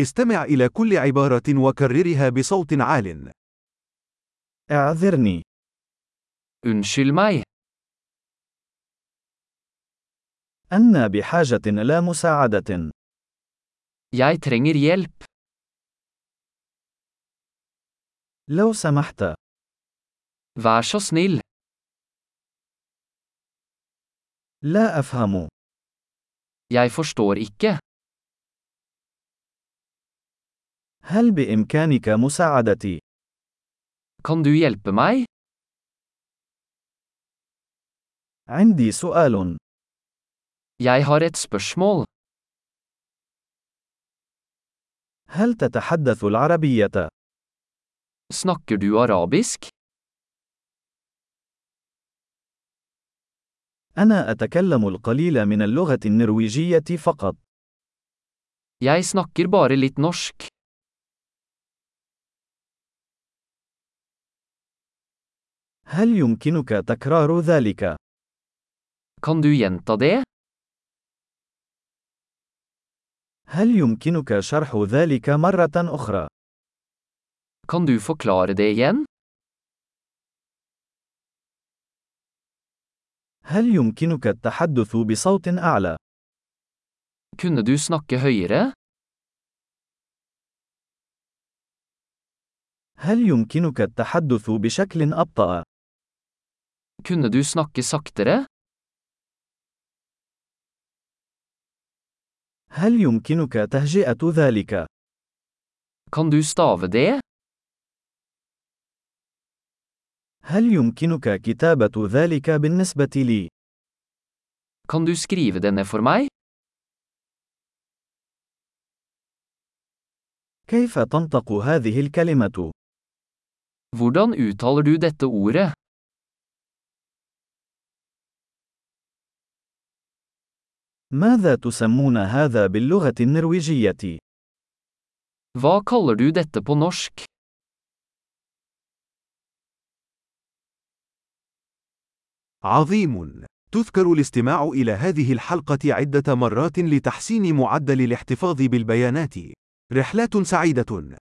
استمع إلى كل عبارة وكررها بصوت عال. اعذرني Unnskyld meg, أنا بحاجة إلى مساعدة jeg trenger hjelp. لو سمحت Vær så snill, لا أفهم jeg forstår ikke. هل بإمكانك مساعدتي Kan du hjelpe meg? عندي سؤال Jeg har et spørsmål. هل تتحدث العربية Snakker du arabisk? أنا أتكلم القليل من اللغة النرويجية فقط Jeg snakker bare litt norsk. هل يمكنك تكرار ذلك Kan du gjenta det? هل يمكنك شرح ذلك مرة أخرى Kan du forklare det igjen? هل يمكنك التحدث بصوت أعلى Kunne du snakke høyere? هل يمكنك التحدث بشكل أبطأ Kunne du snakke saktere? هل يمكنك تهجئة ذلك Kan du stave det? هل يمكنك كتابة ذلك بالنسبة لي؟ Kan du skrive det ned for meg? كيف تنطق هذه الكلمة؟ Hvordan uttaler du dette ordet? ماذا تسمون هذا باللغة النرويجية؟ Hva kaller du dette på norsk? عظيم. تذكر الاستماع إلى هذه الحلقة عدة مرات لتحسين معدل الاحتفاظ بالبيانات. رحلات سعيدة.